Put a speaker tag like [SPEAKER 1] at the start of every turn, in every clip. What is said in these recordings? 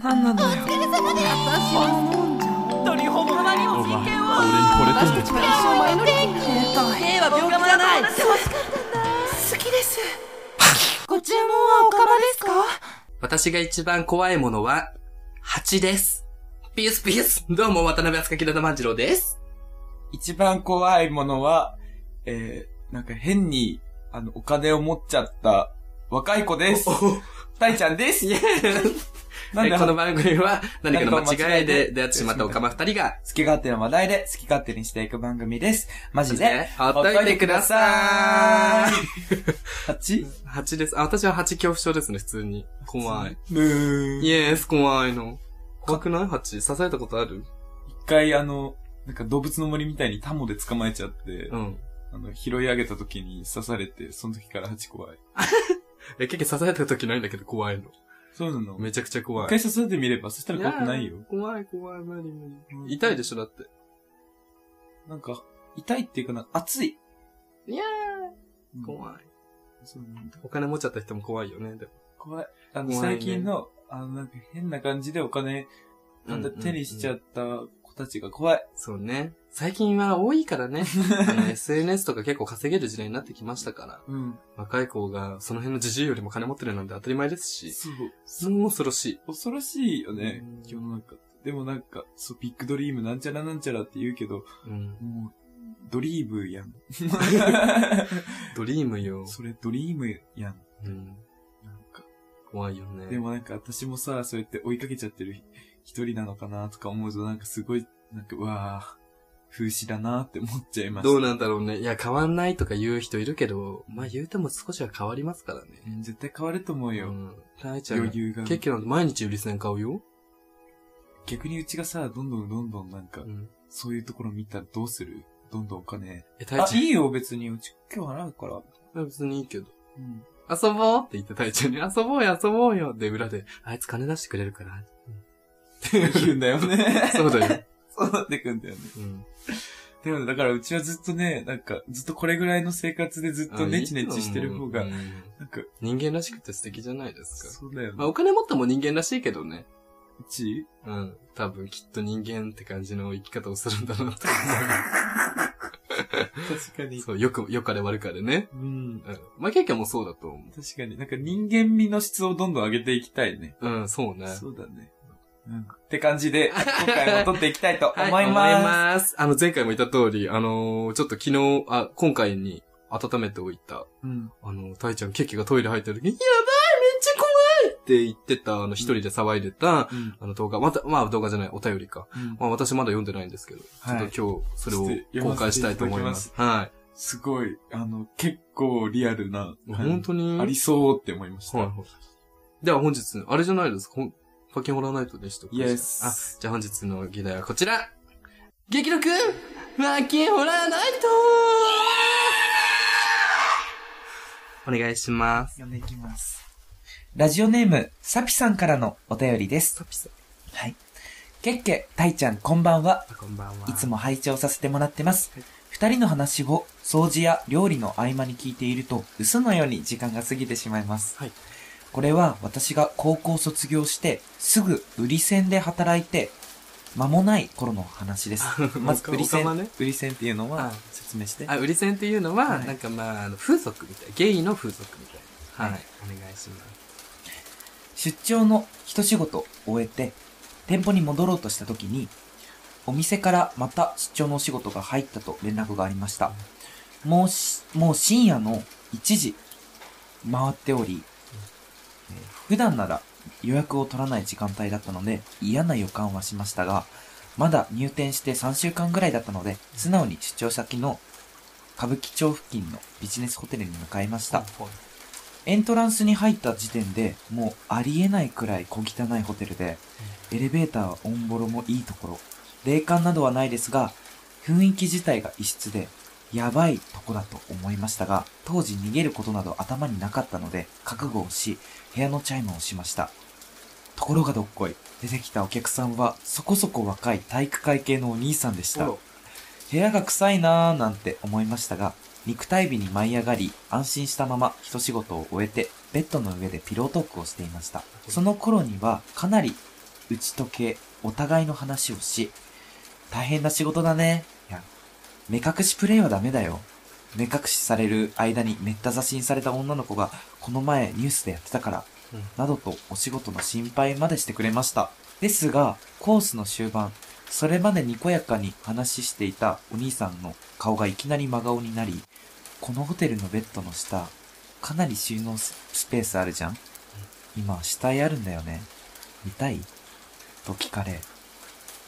[SPEAKER 1] 何なのよ
[SPEAKER 2] お疲れ様です私は飲んじゃおう
[SPEAKER 3] 本当にほぼたまにも人権を
[SPEAKER 4] 俺に惚れてん
[SPEAKER 1] 私たちは一生前乗り変えは病気じゃない
[SPEAKER 3] 我慢
[SPEAKER 1] 好きですご注文はおかまですか
[SPEAKER 5] 私が一番怖いものは、蜂です。ピースピース。どうも、渡辺厚木田万次郎です。
[SPEAKER 4] 一番怖いものは、えー、なんか変に、あの、お金を持っちゃった若い子です。たいちゃんです。
[SPEAKER 5] イエーイ
[SPEAKER 4] なん
[SPEAKER 5] こ
[SPEAKER 4] で、あ
[SPEAKER 5] の
[SPEAKER 4] の、
[SPEAKER 5] 番組は何かの間違い
[SPEAKER 4] 何かの間違い
[SPEAKER 5] で
[SPEAKER 4] で
[SPEAKER 5] 出会ってしまったオカマ二人が、
[SPEAKER 4] 好き勝手な話題で好き勝手にしていく番組です。マジで
[SPEAKER 5] ね、、ほっといてくださ い。
[SPEAKER 4] い。8?
[SPEAKER 5] 蜂です。あ、私は蜂恐怖症ですね、普通に。怖い。。
[SPEAKER 4] うーん。
[SPEAKER 5] イエース、怖いの。怖くない蜂刺されたことある
[SPEAKER 4] 一回あの、なんか動物の森みたいにタモで捕まえちゃって、
[SPEAKER 5] うん。
[SPEAKER 4] あの、拾い上げた時に刺されて、その時から8怖い。
[SPEAKER 5] え、結局刺された時ないんだけど怖いの。
[SPEAKER 4] そうなの。
[SPEAKER 5] めちゃくちゃ怖
[SPEAKER 4] 一
[SPEAKER 5] い。
[SPEAKER 4] 回刺されてみれば、そしたら怖くないよ
[SPEAKER 5] や。。怖い怖い、無理無理。痛いでしょ、だって。
[SPEAKER 4] なんか、痛いっていうかなんか、熱い。
[SPEAKER 5] いや
[SPEAKER 4] うん
[SPEAKER 5] ー、怖い。
[SPEAKER 4] そうなんだ
[SPEAKER 5] お金持っちゃった人も怖いよね、でも。
[SPEAKER 4] 怖い。あの、
[SPEAKER 5] 怖いね
[SPEAKER 4] 最近の、あの、なんか変な感じでお金、なんだ、
[SPEAKER 5] うんうんうん
[SPEAKER 4] 手にしちゃった子たちが怖い。
[SPEAKER 5] そうね。最近は多いから ね。あの SNS とか結構稼げる時代になってきましたから。
[SPEAKER 4] うん。
[SPEAKER 5] 若い子がその辺のじじいよりも金持ってるなんて当たり前ですし。
[SPEAKER 4] そう。
[SPEAKER 5] もう恐ろしい。
[SPEAKER 4] 恐ろしいよね
[SPEAKER 5] うん、
[SPEAKER 4] 世の中って。でもなんか、そう、ビッグドリームなんちゃらなんちゃらって言うけど、
[SPEAKER 5] うん。
[SPEAKER 4] もう、ドリーム やん。
[SPEAKER 5] ドリームよ。
[SPEAKER 4] それドリームやん。
[SPEAKER 5] うん。
[SPEAKER 4] なんか。
[SPEAKER 5] 怖いよね。
[SPEAKER 4] でもなんか私もさ、そうやって追いかけちゃってる一人なのかなとか思うとなんかすごい、なんか、うわぁ、風刺だなって思っちゃいました。
[SPEAKER 5] どうなんだろうね。いや、変わんないとか言う人いるけど、まあ言うても少しは変わりますからね。
[SPEAKER 4] うん絶対変わると思う
[SPEAKER 5] う
[SPEAKER 4] よ。
[SPEAKER 5] ん。大ちゃんが
[SPEAKER 4] 余、裕が。
[SPEAKER 5] ケーキなんて毎日売り線買うよ。
[SPEAKER 4] 逆にうちがさ、どんどんどんどんなんか
[SPEAKER 5] う、ん。
[SPEAKER 4] そういうところ見たらどうするどんどんお金。
[SPEAKER 5] え、大
[SPEAKER 4] あ、
[SPEAKER 5] ちゃん
[SPEAKER 4] いいよ、別に。うち今日払うから。
[SPEAKER 5] あ別にいいけど。
[SPEAKER 4] うん。
[SPEAKER 5] 遊ぼうって言って大ちゃんに、遊ぼうよ、遊ぼうよ。で、裏で、あいつ金出してくれるから。
[SPEAKER 4] 言うんだよね。
[SPEAKER 5] そうだよ。
[SPEAKER 4] そうなってくんだよね。
[SPEAKER 5] うん。
[SPEAKER 4] でも、だからうちはずっとね、なんか、ずっとこれぐらいの生活でずっとネチネチしてる方
[SPEAKER 5] う
[SPEAKER 4] が
[SPEAKER 5] ん、
[SPEAKER 4] なんか、
[SPEAKER 5] 人間らしくて素敵じゃないですか。
[SPEAKER 4] そうだよね。
[SPEAKER 5] まあ、お金持っても人間らしいけどね。
[SPEAKER 4] うち
[SPEAKER 5] うん。多分、きっと人間って感じの生き方をするんだなって。
[SPEAKER 4] 確かに。
[SPEAKER 5] そう、よく、よかれ悪かれね。
[SPEAKER 4] うん。
[SPEAKER 5] うん。まあ、ケーキもそうだと思
[SPEAKER 4] 確かに。なんか人間味の質をどんどん上げていきたいね。
[SPEAKER 5] う。うん、そうね。
[SPEAKER 4] そうだね。うん。って感 じで、今回も撮っていきたいと思います。
[SPEAKER 5] 思います。あの、前回も言った通り、あのーちょっと昨日、あ、今回に温めておいた、
[SPEAKER 4] うん。
[SPEAKER 5] あの、たいちゃん、ケーキがトイレ入ってる時に、やばいめっちゃ怖いって言ってた、あの、一人で騒いでた、
[SPEAKER 4] うん。
[SPEAKER 5] あの動画、また、まあ動画じゃない、お便りか。
[SPEAKER 4] うん
[SPEAKER 5] まあ私まだ読んでないんですけど、
[SPEAKER 4] はい
[SPEAKER 5] ちょっと今日、それ
[SPEAKER 4] ちょっと
[SPEAKER 5] を
[SPEAKER 4] 読
[SPEAKER 5] 公
[SPEAKER 4] ま
[SPEAKER 5] 開
[SPEAKER 4] せ
[SPEAKER 5] してた
[SPEAKER 4] い
[SPEAKER 5] い
[SPEAKER 4] た
[SPEAKER 5] と
[SPEAKER 4] だき
[SPEAKER 5] 思い
[SPEAKER 4] ま
[SPEAKER 5] ますす。は
[SPEAKER 4] すごい、あの、結構リアルな。
[SPEAKER 5] い。本当に
[SPEAKER 4] ありそうって思いました。
[SPEAKER 5] はいはい。では本日、あれじゃないですか、ほんパケホラナイトでした。
[SPEAKER 4] イエス
[SPEAKER 5] あ、じゃあ本日の議題はこちら激録パケホラナイトお願いします。
[SPEAKER 4] 読んでいきます。ラジオネーム、サピさんからのお便りです。
[SPEAKER 5] サピさん
[SPEAKER 4] はい。ケッケ、タイちゃん、こんばんは。
[SPEAKER 5] あ、こんばんは。
[SPEAKER 4] いつも拝聴させてもらってます
[SPEAKER 5] はい。
[SPEAKER 4] 二人の話を掃除や料理の合間に聞いていると、嘘のように時間が過ぎてしまいます。
[SPEAKER 5] はい
[SPEAKER 4] これは私が高校卒業して、すぐ売り線で働いて、間もない頃の話です。 まず売り
[SPEAKER 5] お
[SPEAKER 4] 線、
[SPEAKER 5] 釜ね
[SPEAKER 4] 売り線っていうの
[SPEAKER 5] は
[SPEAKER 4] はい説明して。
[SPEAKER 5] あ、売り線っていうのは、
[SPEAKER 4] はい
[SPEAKER 5] なんかまあ、あの風俗みたい。ゲイの風俗みたいな。はい。
[SPEAKER 4] はい
[SPEAKER 5] お願いします。
[SPEAKER 4] 出張の一仕事を終えて、店舗に戻ろうとした時に、お店からまた出張のお仕事が入ったと連絡がありました。もうし、もう深夜の1時、回っており、えー普段なら予約を取らない時間帯だったので、嫌な予感はしましたが、まだ入店して3週間ぐらいだったので、素直に出張先の歌舞伎町付近のビジネスホテルに向かいました。エントランスに入った時点でもうありえないくらい小汚いホテルで、エレベーターはオンボロもいいところ、霊感などはないですが、雰囲気自体が異質で、やばいとこだと思いましたが、当時逃げることなど頭になかったので、覚悟をし、部屋のチャイムをしました。ところがどっこい、出てきたお客さんは、そこそこ若い体育会系のお兄さんでし
[SPEAKER 5] あ
[SPEAKER 4] た
[SPEAKER 5] ら。
[SPEAKER 4] 部屋が臭いなーなんて思いましたが、肉体美に舞い上がり、安心したまま一仕事を終えて、ベッドの上でピロートークをしていました。その頃には、かなり打ち解け、お互いの話をし、大変な仕事だね。いや、目隠しプレイはダメだよ。目隠しされる間にめった刺しにされた女の子が、この前ニュースでやってたから、
[SPEAKER 5] うん
[SPEAKER 4] などとお仕事の心配までしてくれました。ですが、コースの終盤、それまでにこやかに話していたお兄さんの顔がいきなり真顔になり、このホテルのベッドの下、かなり収納ススペースあるじゃん今、死体あるんだよね。見たいと聞かれ、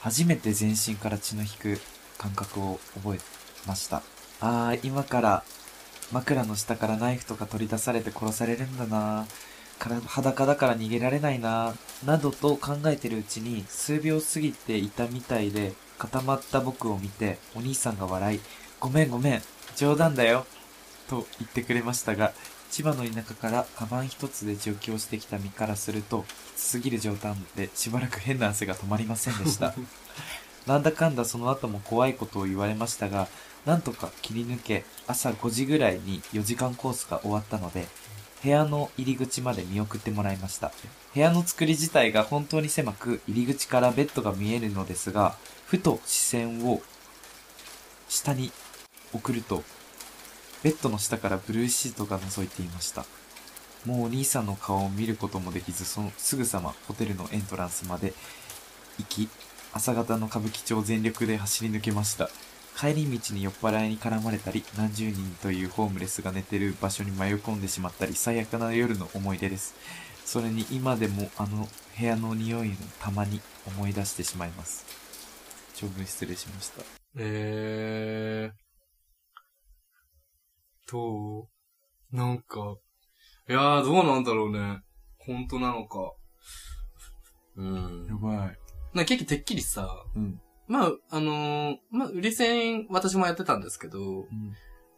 [SPEAKER 4] 初めて全身から血の引く感覚を覚えました。あー、今から枕の下からナイフとか取り出されて殺されるんだなから裸だから逃げられないななどと考えてるうちに数秒過ぎていたみたいで固まった僕を見てお兄さんが笑い、ごめんごめん、冗談だよ、と言ってくれましたが、千葉の田舎からカバン一つで上京してきた身からすると、きつすぎる状態でしばらく変な汗が止まりませんでした。なんだかんだその後も怖いことを言われましたが、なんとか切り抜け、朝5時ぐらいに4時間コースが終わったので、部屋の入り口まで見送ってもらいました。部屋の作り自体が本当に狭く、入り口からベッドが見えるのですが、ふと視線を下に送ると、ベッドの下からブルーシートが覗いていました。もうお兄さんの顔を見ることもできず、そのすぐさまホテルのエントランスまで行き、朝方の歌舞伎町を全力で走り抜けました。帰り道に酔っ払いに絡まれたり、何十人というホームレスが寝てる場所に迷い込んでしまったり、最悪な夜の思い出です。それに今でもあの部屋の匂いをたまに思い出してしまいます。長文失礼しました。
[SPEAKER 5] えー。どうなんか、いやー、どうなんだろうね。本当なのか。うん。
[SPEAKER 4] ばい。
[SPEAKER 5] なんか結構てっきりさ、
[SPEAKER 4] うん。
[SPEAKER 5] まあ、あのーまあ、売り線、私もやってたんですけど、
[SPEAKER 4] うん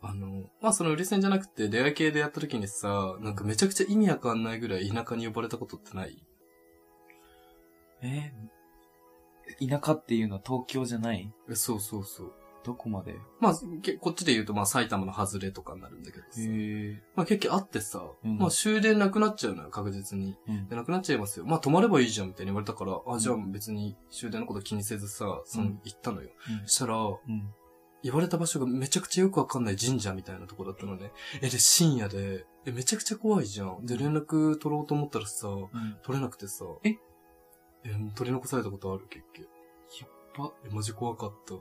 [SPEAKER 5] あの、まあ、その売り線じゃなくて、出会い系でやった時にさ、なんかめちゃくちゃ意味わかんないぐらい田舎に呼ばれたことってない
[SPEAKER 4] えー田舎っていうのは東京じゃない
[SPEAKER 5] えそうそうそう。
[SPEAKER 4] どこまで
[SPEAKER 5] まあ、けこっちで言うと、まあ、埼玉の外れとかになるんだけどさ。
[SPEAKER 4] え。
[SPEAKER 5] まあ、結局あってさ、
[SPEAKER 4] うん
[SPEAKER 5] まあ、終電なくなっちゃうのよ、確実に。
[SPEAKER 4] うん
[SPEAKER 5] で、なくなっちゃいますよ。まあ、泊まればいいじゃん、みたいに言われたから、あ、じゃあ別に終電のこと気にせずさ、その
[SPEAKER 4] うん、
[SPEAKER 5] 行ったのよ。
[SPEAKER 4] うん
[SPEAKER 5] そしたら、
[SPEAKER 4] うん。
[SPEAKER 5] 言われた場所がめちゃくちゃよくわかんない神社みたいなとこだったのね。え、で、深夜で、え、めちゃくちゃ怖いじゃん。で、連絡取ろうと思ったらさ、
[SPEAKER 4] うん。
[SPEAKER 5] 取れなくてさ。
[SPEAKER 4] え
[SPEAKER 5] え、もう取り残されたことある、結局。やっば。え、マジ怖かった。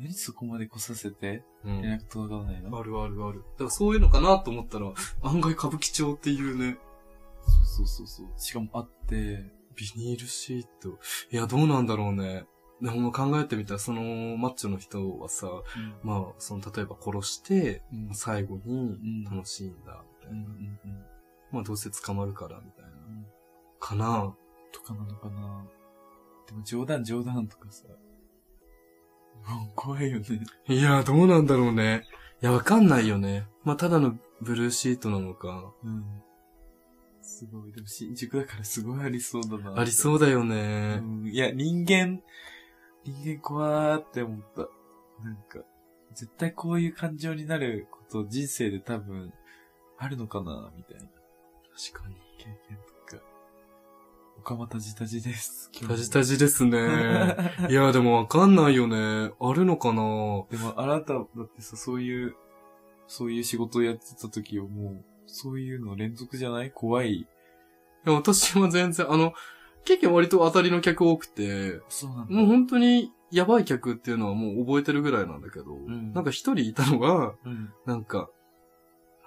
[SPEAKER 4] 何そこまで来させて
[SPEAKER 5] うん。
[SPEAKER 4] 連絡届かないの
[SPEAKER 5] あるあるある。だからそういうのかなと思ったら、案外歌舞伎町っていうね、
[SPEAKER 4] そうそうそうそう。しかもあって、
[SPEAKER 5] ビニールシート。いや、どうなんだろうね。でも考えてみたら、その、マッチョの人はさ、まあ、その、例えば殺して、
[SPEAKER 4] うん
[SPEAKER 5] 最後に
[SPEAKER 4] う、ん
[SPEAKER 5] 楽しいんだ、みたいな。
[SPEAKER 4] うんうんうん。
[SPEAKER 5] まあ、どうせ捕まるから、みたいな。
[SPEAKER 4] ん
[SPEAKER 5] かな
[SPEAKER 4] とかなのかなでも冗談冗談とかさ。うん怖いよね。
[SPEAKER 5] いや、どうなんだろうね。いや、わかんないよね。まあ、ただのブルーシートなのか。
[SPEAKER 4] うん。すごい。でも新宿だからすごいありそうだな。
[SPEAKER 5] ありそうだよ
[SPEAKER 4] う
[SPEAKER 5] ね。
[SPEAKER 4] ん。いや、人間、人間怖ーって思った。なんか、絶対こういう感情になること人生で多分、あるのかなみたいな
[SPEAKER 5] 確かに。
[SPEAKER 4] 経験とか。おかまたじたじです。
[SPEAKER 5] タジタジです ね。いや、でもわかんないよね。あるのかな
[SPEAKER 4] でも、あなた、だってさ、そういう、そういう仕事をやってた時はもう、そういうの連続じゃない怖い。
[SPEAKER 5] いや、私は全然、あの、結構割と当たりの客多くて、
[SPEAKER 4] そうな
[SPEAKER 5] もう本当にやばい客っていうのはもう覚えてるぐらいなんだけど、
[SPEAKER 4] ん
[SPEAKER 5] なんか一人いたのが、
[SPEAKER 4] うん。
[SPEAKER 5] なんか、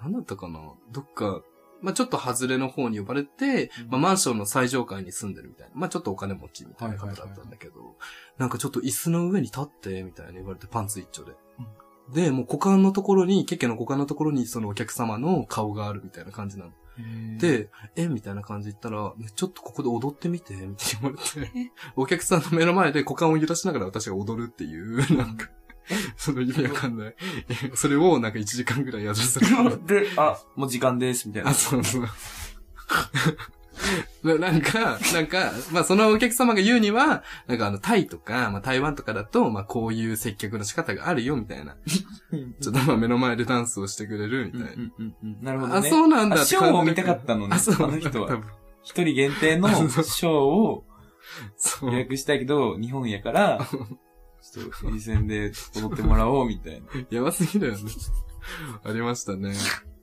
[SPEAKER 5] なんだったかなどっか、まあちょっと外れの方に呼ばれて、
[SPEAKER 4] うん
[SPEAKER 5] まあマンションの最上階に住んでるみたいな、まあちょっとお金持ちみたいな方だったんだけど、なんかちょっと椅子の上に立って、みたいに言われてパンツ一丁で。で、もう股間のところに、ケケの股間のところにそのお客様の顔があるみたいな感じなの。で、えみたいな感じで言ったら、ねちょっとここで踊ってみて、みたいに言われ て、お客さんの目の前で股間を揺らしながら私が踊るっていう、なんか、その意味わかんない。それをなんか1時間ぐらいやらせたから。
[SPEAKER 4] で、あ、もう時間です、みたいな
[SPEAKER 5] あ、。そうそう。ななんか、なんか、まあそのお客様が言うには、なんかあの、タイとか、まあ台湾とかだと、まあこういう接客の仕方があるよ、みたいな。ちょっとまあ目の前でダンスをしてくれる、み
[SPEAKER 4] うん
[SPEAKER 5] た
[SPEAKER 4] う
[SPEAKER 5] いな。
[SPEAKER 4] んうんうん。なるほど
[SPEAKER 5] あ、
[SPEAKER 4] ね。
[SPEAKER 5] そうなんだ
[SPEAKER 4] あショーを
[SPEAKER 5] 感じ
[SPEAKER 4] 見たかったのね
[SPEAKER 5] あ、そう
[SPEAKER 4] あの人は
[SPEAKER 5] 多分
[SPEAKER 4] 一人限定のショーを
[SPEAKER 5] そう
[SPEAKER 4] 予。約したけど、日本やから、ちょっと、フリ戦で踊ってもらおう、みたいな。
[SPEAKER 5] やばすぎるよね。 ありましたね。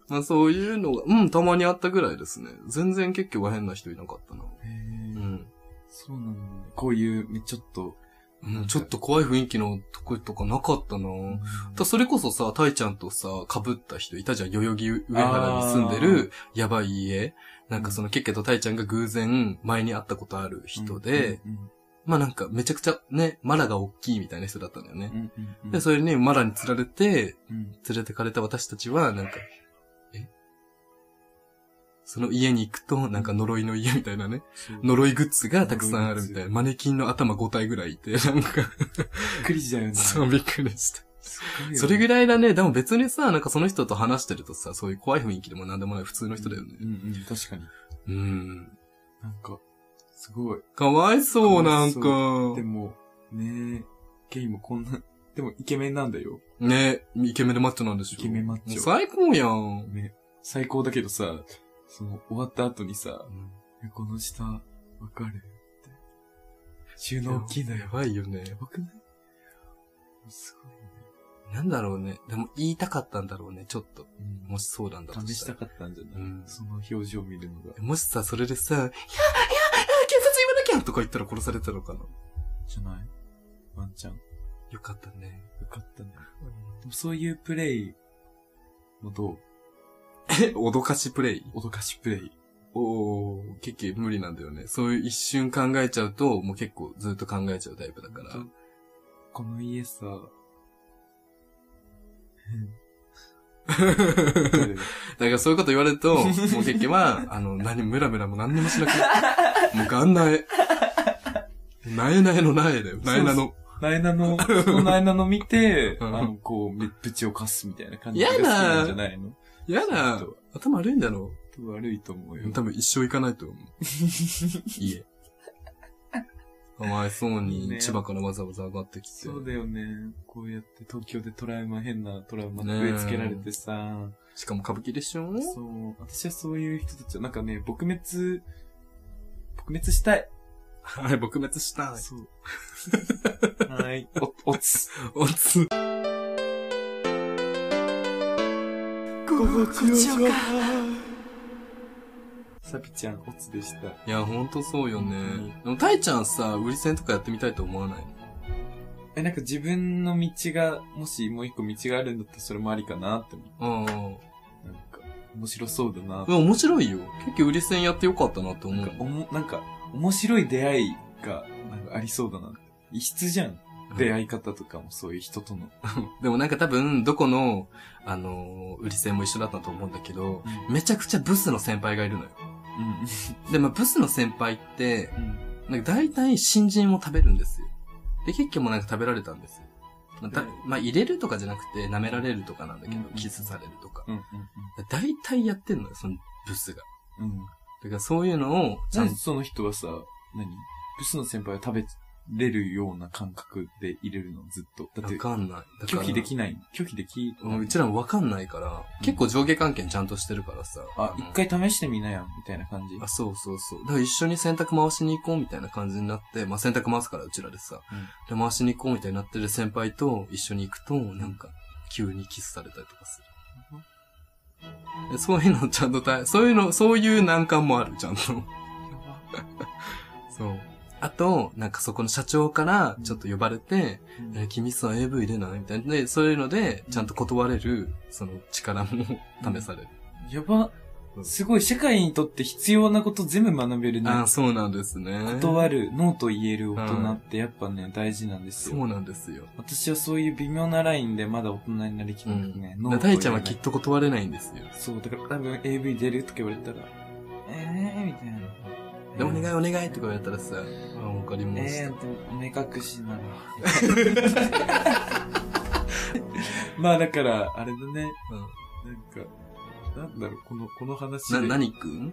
[SPEAKER 5] まあそういうのが、うん、たまにあったぐらいですね。全然結局は変な人いなかったな。うん。
[SPEAKER 4] そうなんだ。こういう、めちょっと、
[SPEAKER 5] うんちょっと怖い雰囲気のとことかなかったなだからそれこそさ、タイちゃんとさ、被った人いたじゃん。代々木上原に住んでる、やばい家。なんかその、ケッケとタイちゃんが偶然、前に会ったことある人で、
[SPEAKER 4] うん、
[SPEAKER 5] まあなんか、めちゃくちゃね、マラが大きいみたいな人だったんだよね
[SPEAKER 4] う。んうんうん
[SPEAKER 5] で、それにマラに釣られて、
[SPEAKER 4] うん
[SPEAKER 5] 連れてかれた私たちは、なんか、えその家に行くと、なんか呪いの家みたいなね、
[SPEAKER 4] そう
[SPEAKER 5] 呪いグッズがたくさんあるみた
[SPEAKER 4] 呪いグ
[SPEAKER 5] い
[SPEAKER 4] ッ
[SPEAKER 5] な。
[SPEAKER 4] ズ
[SPEAKER 5] マネキンの頭5体ぐらいい て、なんか、
[SPEAKER 4] びっくりしたよね。
[SPEAKER 5] そうびっくりした。そ
[SPEAKER 4] そ
[SPEAKER 5] れぐ
[SPEAKER 4] らい
[SPEAKER 5] らいだね。でも別にさ、なんかその人と話してるとさ、そういう怖い雰囲気でもなんでもない普通の
[SPEAKER 4] の
[SPEAKER 5] 人だよね
[SPEAKER 4] う。んうん、確かに。
[SPEAKER 5] うん。
[SPEAKER 4] なんか、すごい。
[SPEAKER 5] かわいそう、
[SPEAKER 4] か
[SPEAKER 5] な
[SPEAKER 4] わ
[SPEAKER 5] ん
[SPEAKER 4] い
[SPEAKER 5] か
[SPEAKER 4] そう。でも、ねえ、ゲイもこんな、でもイケメンなんだよ。
[SPEAKER 5] ねイケメンでマッチョなんでしょ。
[SPEAKER 4] イケメンマッチョ
[SPEAKER 5] もう最高やん。
[SPEAKER 4] ね、最高だけどさ、その、終わった後にさ、えこの下、わかるって。収納大きいの
[SPEAKER 5] や
[SPEAKER 4] よ。
[SPEAKER 5] ばいよね。
[SPEAKER 4] やばくないすごいね。
[SPEAKER 5] なんだろうね。でも言いたかったんだろうね、ちょっと。
[SPEAKER 4] うん
[SPEAKER 5] もしそうなんだと
[SPEAKER 4] 試し
[SPEAKER 5] した
[SPEAKER 4] た
[SPEAKER 5] ら。
[SPEAKER 4] かったんじゃない、
[SPEAKER 5] うん
[SPEAKER 4] その表情を見るのが。
[SPEAKER 5] もしさ、それでさ、いや、いや、いや警察呼ばなきゃとか言ったら殺されたのかな。
[SPEAKER 4] じゃないワンちゃん。よ
[SPEAKER 5] よかったね。
[SPEAKER 4] かったね。でもそういうプレイもどう
[SPEAKER 5] え、脅かしプレイ
[SPEAKER 4] 脅かしプレイ。
[SPEAKER 5] おー、結構無理なんだよね。そういう一瞬考えちゃうと、もう結構ずっと考えちゃうタイプだから。
[SPEAKER 4] この家さ、
[SPEAKER 5] だ
[SPEAKER 4] どれ
[SPEAKER 5] からそういうこと言われると、もう結局は、あの、何もムラムラも何にもしなくなる。もうガンな え。なえなえのなえだよ。なえなの。
[SPEAKER 4] ナエナの、そのナエナの見て、
[SPEAKER 5] うん
[SPEAKER 4] あの、こう、めぶちをかすみたいな感じが好
[SPEAKER 5] や
[SPEAKER 4] き
[SPEAKER 5] だ
[SPEAKER 4] なんじゃないの
[SPEAKER 5] やだ
[SPEAKER 4] ちょっ。
[SPEAKER 5] 頭悪いんだろ。
[SPEAKER 4] と悪いと思うよ。
[SPEAKER 5] 多分一生行かないと 思う。家。かわいそうに
[SPEAKER 4] ね
[SPEAKER 5] 千葉からわざわざ上がってきて。
[SPEAKER 4] そうだよね。こうやって東京でトラウマ、変なトラウマ植え付けられてさ、
[SPEAKER 5] しかも歌舞伎でしょ
[SPEAKER 4] そう、私はそういう人たちは、なんかね、撲滅、撲滅し たい。
[SPEAKER 5] はい、撲滅した
[SPEAKER 4] そう。はい。お、お つ。
[SPEAKER 5] おつ。
[SPEAKER 1] 心地よか
[SPEAKER 4] サピちゃん、おつでした。
[SPEAKER 5] いや、ほんとそうよ
[SPEAKER 4] うん
[SPEAKER 5] ね。でも、たいちゃんさ、売り線とかやってみたいと思わない
[SPEAKER 4] え、なんか自分の道が、もしもう一個道があるんだったらそれもありかなって思
[SPEAKER 5] の
[SPEAKER 4] う。なんか、面白そうだな
[SPEAKER 5] うん。面白いよ。結局売り線やってよかったなって思
[SPEAKER 4] なん
[SPEAKER 5] う
[SPEAKER 4] か。おも、なんか、面白い出会いが、なんかありそうだな。異質じゃん。出会い方とかもそういう人との。
[SPEAKER 5] でもなんか多分、どこの、あのー、売り線も一緒だったと思うんだけど、
[SPEAKER 4] う
[SPEAKER 5] めちゃくちゃブスの先輩がいるのよ。で、まあ、ブスの先輩って、
[SPEAKER 4] ん。うん。
[SPEAKER 5] なんか大体新人を食べるんですよ。で、結局もなんか食べられたんですよ。まあ、だ
[SPEAKER 4] うん
[SPEAKER 5] まあ入れるとかじゃなくて、舐められるとかなんだけど
[SPEAKER 4] うん、
[SPEAKER 5] キスされるとか。
[SPEAKER 4] うん。
[SPEAKER 5] 大体やってんのよ、そのブスが。
[SPEAKER 4] うん。うん。
[SPEAKER 5] だからそういうのを、ちゃ
[SPEAKER 4] なん
[SPEAKER 5] ん
[SPEAKER 4] で
[SPEAKER 5] と、
[SPEAKER 4] その人はさ、何ブスの先輩は食べれるような感覚で入れるのずっと。だっ
[SPEAKER 5] わ
[SPEAKER 4] て、
[SPEAKER 5] かんない。だか
[SPEAKER 4] 拒
[SPEAKER 5] ら
[SPEAKER 4] 否できない。拒否でき
[SPEAKER 5] うんうちらもわかんないから、結構上下関係ちゃんとしてるからさ。
[SPEAKER 4] あ、
[SPEAKER 5] の
[SPEAKER 4] 一。回試してみなよ、みたいな感じ。
[SPEAKER 5] あ、そうそうそう。だから一緒に洗濯回しに行こうみたいな感じになって、まあ洗濯回すからうちらでさ、で回しに行こうみたいになってる先輩と一緒に行くと、なんか、急にキスされたりとかする。でそういうのちゃんと大、そういうの、そういう難関もある、ちゃんと。 そう。あと、なんかそこの社長からちょっと呼ばれて、
[SPEAKER 4] うん
[SPEAKER 5] え君さ AV 出ないみたいな。で、そういうので、ちゃんと断れる、その力も試される。
[SPEAKER 4] やば。すごい、社会にとって必要なこと全部学べるね。
[SPEAKER 5] ああ、そうなんですね。
[SPEAKER 4] 断る、ノーと言える大人ってやっぱね、大事なんです
[SPEAKER 5] そ
[SPEAKER 4] よ。
[SPEAKER 5] うなんですよ。
[SPEAKER 4] 私はそういう微妙なラインでまだ大人になりき
[SPEAKER 5] う
[SPEAKER 4] れなく
[SPEAKER 5] ん。
[SPEAKER 4] てね。
[SPEAKER 5] だから大ちゃんはき
[SPEAKER 4] き
[SPEAKER 5] っと断れないんですよ。
[SPEAKER 4] そう、だから多分 AV 出るとか言われたら、えー、みたいな。
[SPEAKER 5] で、お願いお願いとか言われたらさ、あわかりまし
[SPEAKER 4] え
[SPEAKER 5] た
[SPEAKER 4] ー、。って目隠しなら。 まあだから、あれだね、
[SPEAKER 5] う
[SPEAKER 4] なんか、なんだろう、この、この話
[SPEAKER 5] ん
[SPEAKER 4] で。
[SPEAKER 5] な、何くん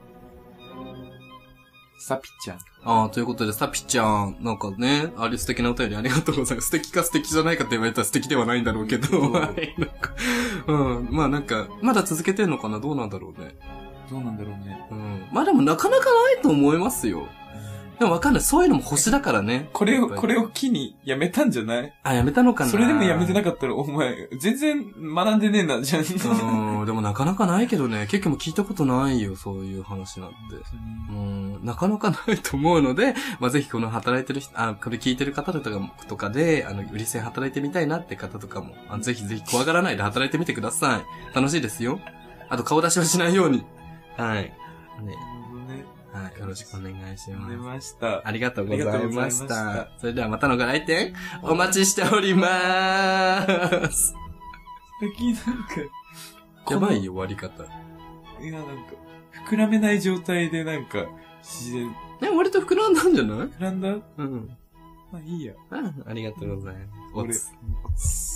[SPEAKER 4] サピちゃん。
[SPEAKER 5] ああ、ということで、サピちゃん、なんかね、あれ素敵なお便りありがとうございます。素敵か素敵じゃないかって言われたら素敵ではないんだろうけど、
[SPEAKER 4] うん
[SPEAKER 5] はいなんか うん、まあなんか、まだ続けてんのかなどうなんだろうね。
[SPEAKER 4] どうなんだろうね。
[SPEAKER 5] うん。まあでもなかなかないと思いますよ。でもわかんない。そういうのも星だからね。
[SPEAKER 3] これ
[SPEAKER 5] や
[SPEAKER 3] を、
[SPEAKER 5] っぱり
[SPEAKER 3] これを。機にやめたんじゃない
[SPEAKER 5] あ、やめたのかな
[SPEAKER 3] それでもやめてな
[SPEAKER 5] かっ
[SPEAKER 3] かったら、お前、全然学んでねえな、じゃ ん。
[SPEAKER 5] うん、でもなかなかないけどね。結局も聞いたことないよ、そういう話なんて。うん、なかなかないと思うので、まあ、ぜひこの働いてる人、あ、これ聞いてる方とかもとかで、あの、売り線働いてみたいなって方とかも、あぜひぜひ怖がらないで働いてみてください。楽しいですよ。あと顔出しはしないように。はい。ね、
[SPEAKER 3] ね
[SPEAKER 5] はい。よろしくお願いし
[SPEAKER 3] 出
[SPEAKER 5] ます。
[SPEAKER 3] ました。
[SPEAKER 5] ありがとうござ
[SPEAKER 3] ありが
[SPEAKER 5] い
[SPEAKER 3] とうござい
[SPEAKER 5] ま
[SPEAKER 3] ま
[SPEAKER 5] し。
[SPEAKER 3] したた
[SPEAKER 5] それではまたのご来店、お待ちしておりまーす。
[SPEAKER 3] 最近なんか、
[SPEAKER 5] やばいよ、終わり方。
[SPEAKER 3] いや、なんか、膨らめない状態でなんか、自然、
[SPEAKER 5] ね、割と膨らんだんじゃない
[SPEAKER 3] 膨らんだ
[SPEAKER 5] うん。
[SPEAKER 3] まあいいや。
[SPEAKER 5] あありがとうございます。お
[SPEAKER 3] 俺
[SPEAKER 5] つ。
[SPEAKER 3] つ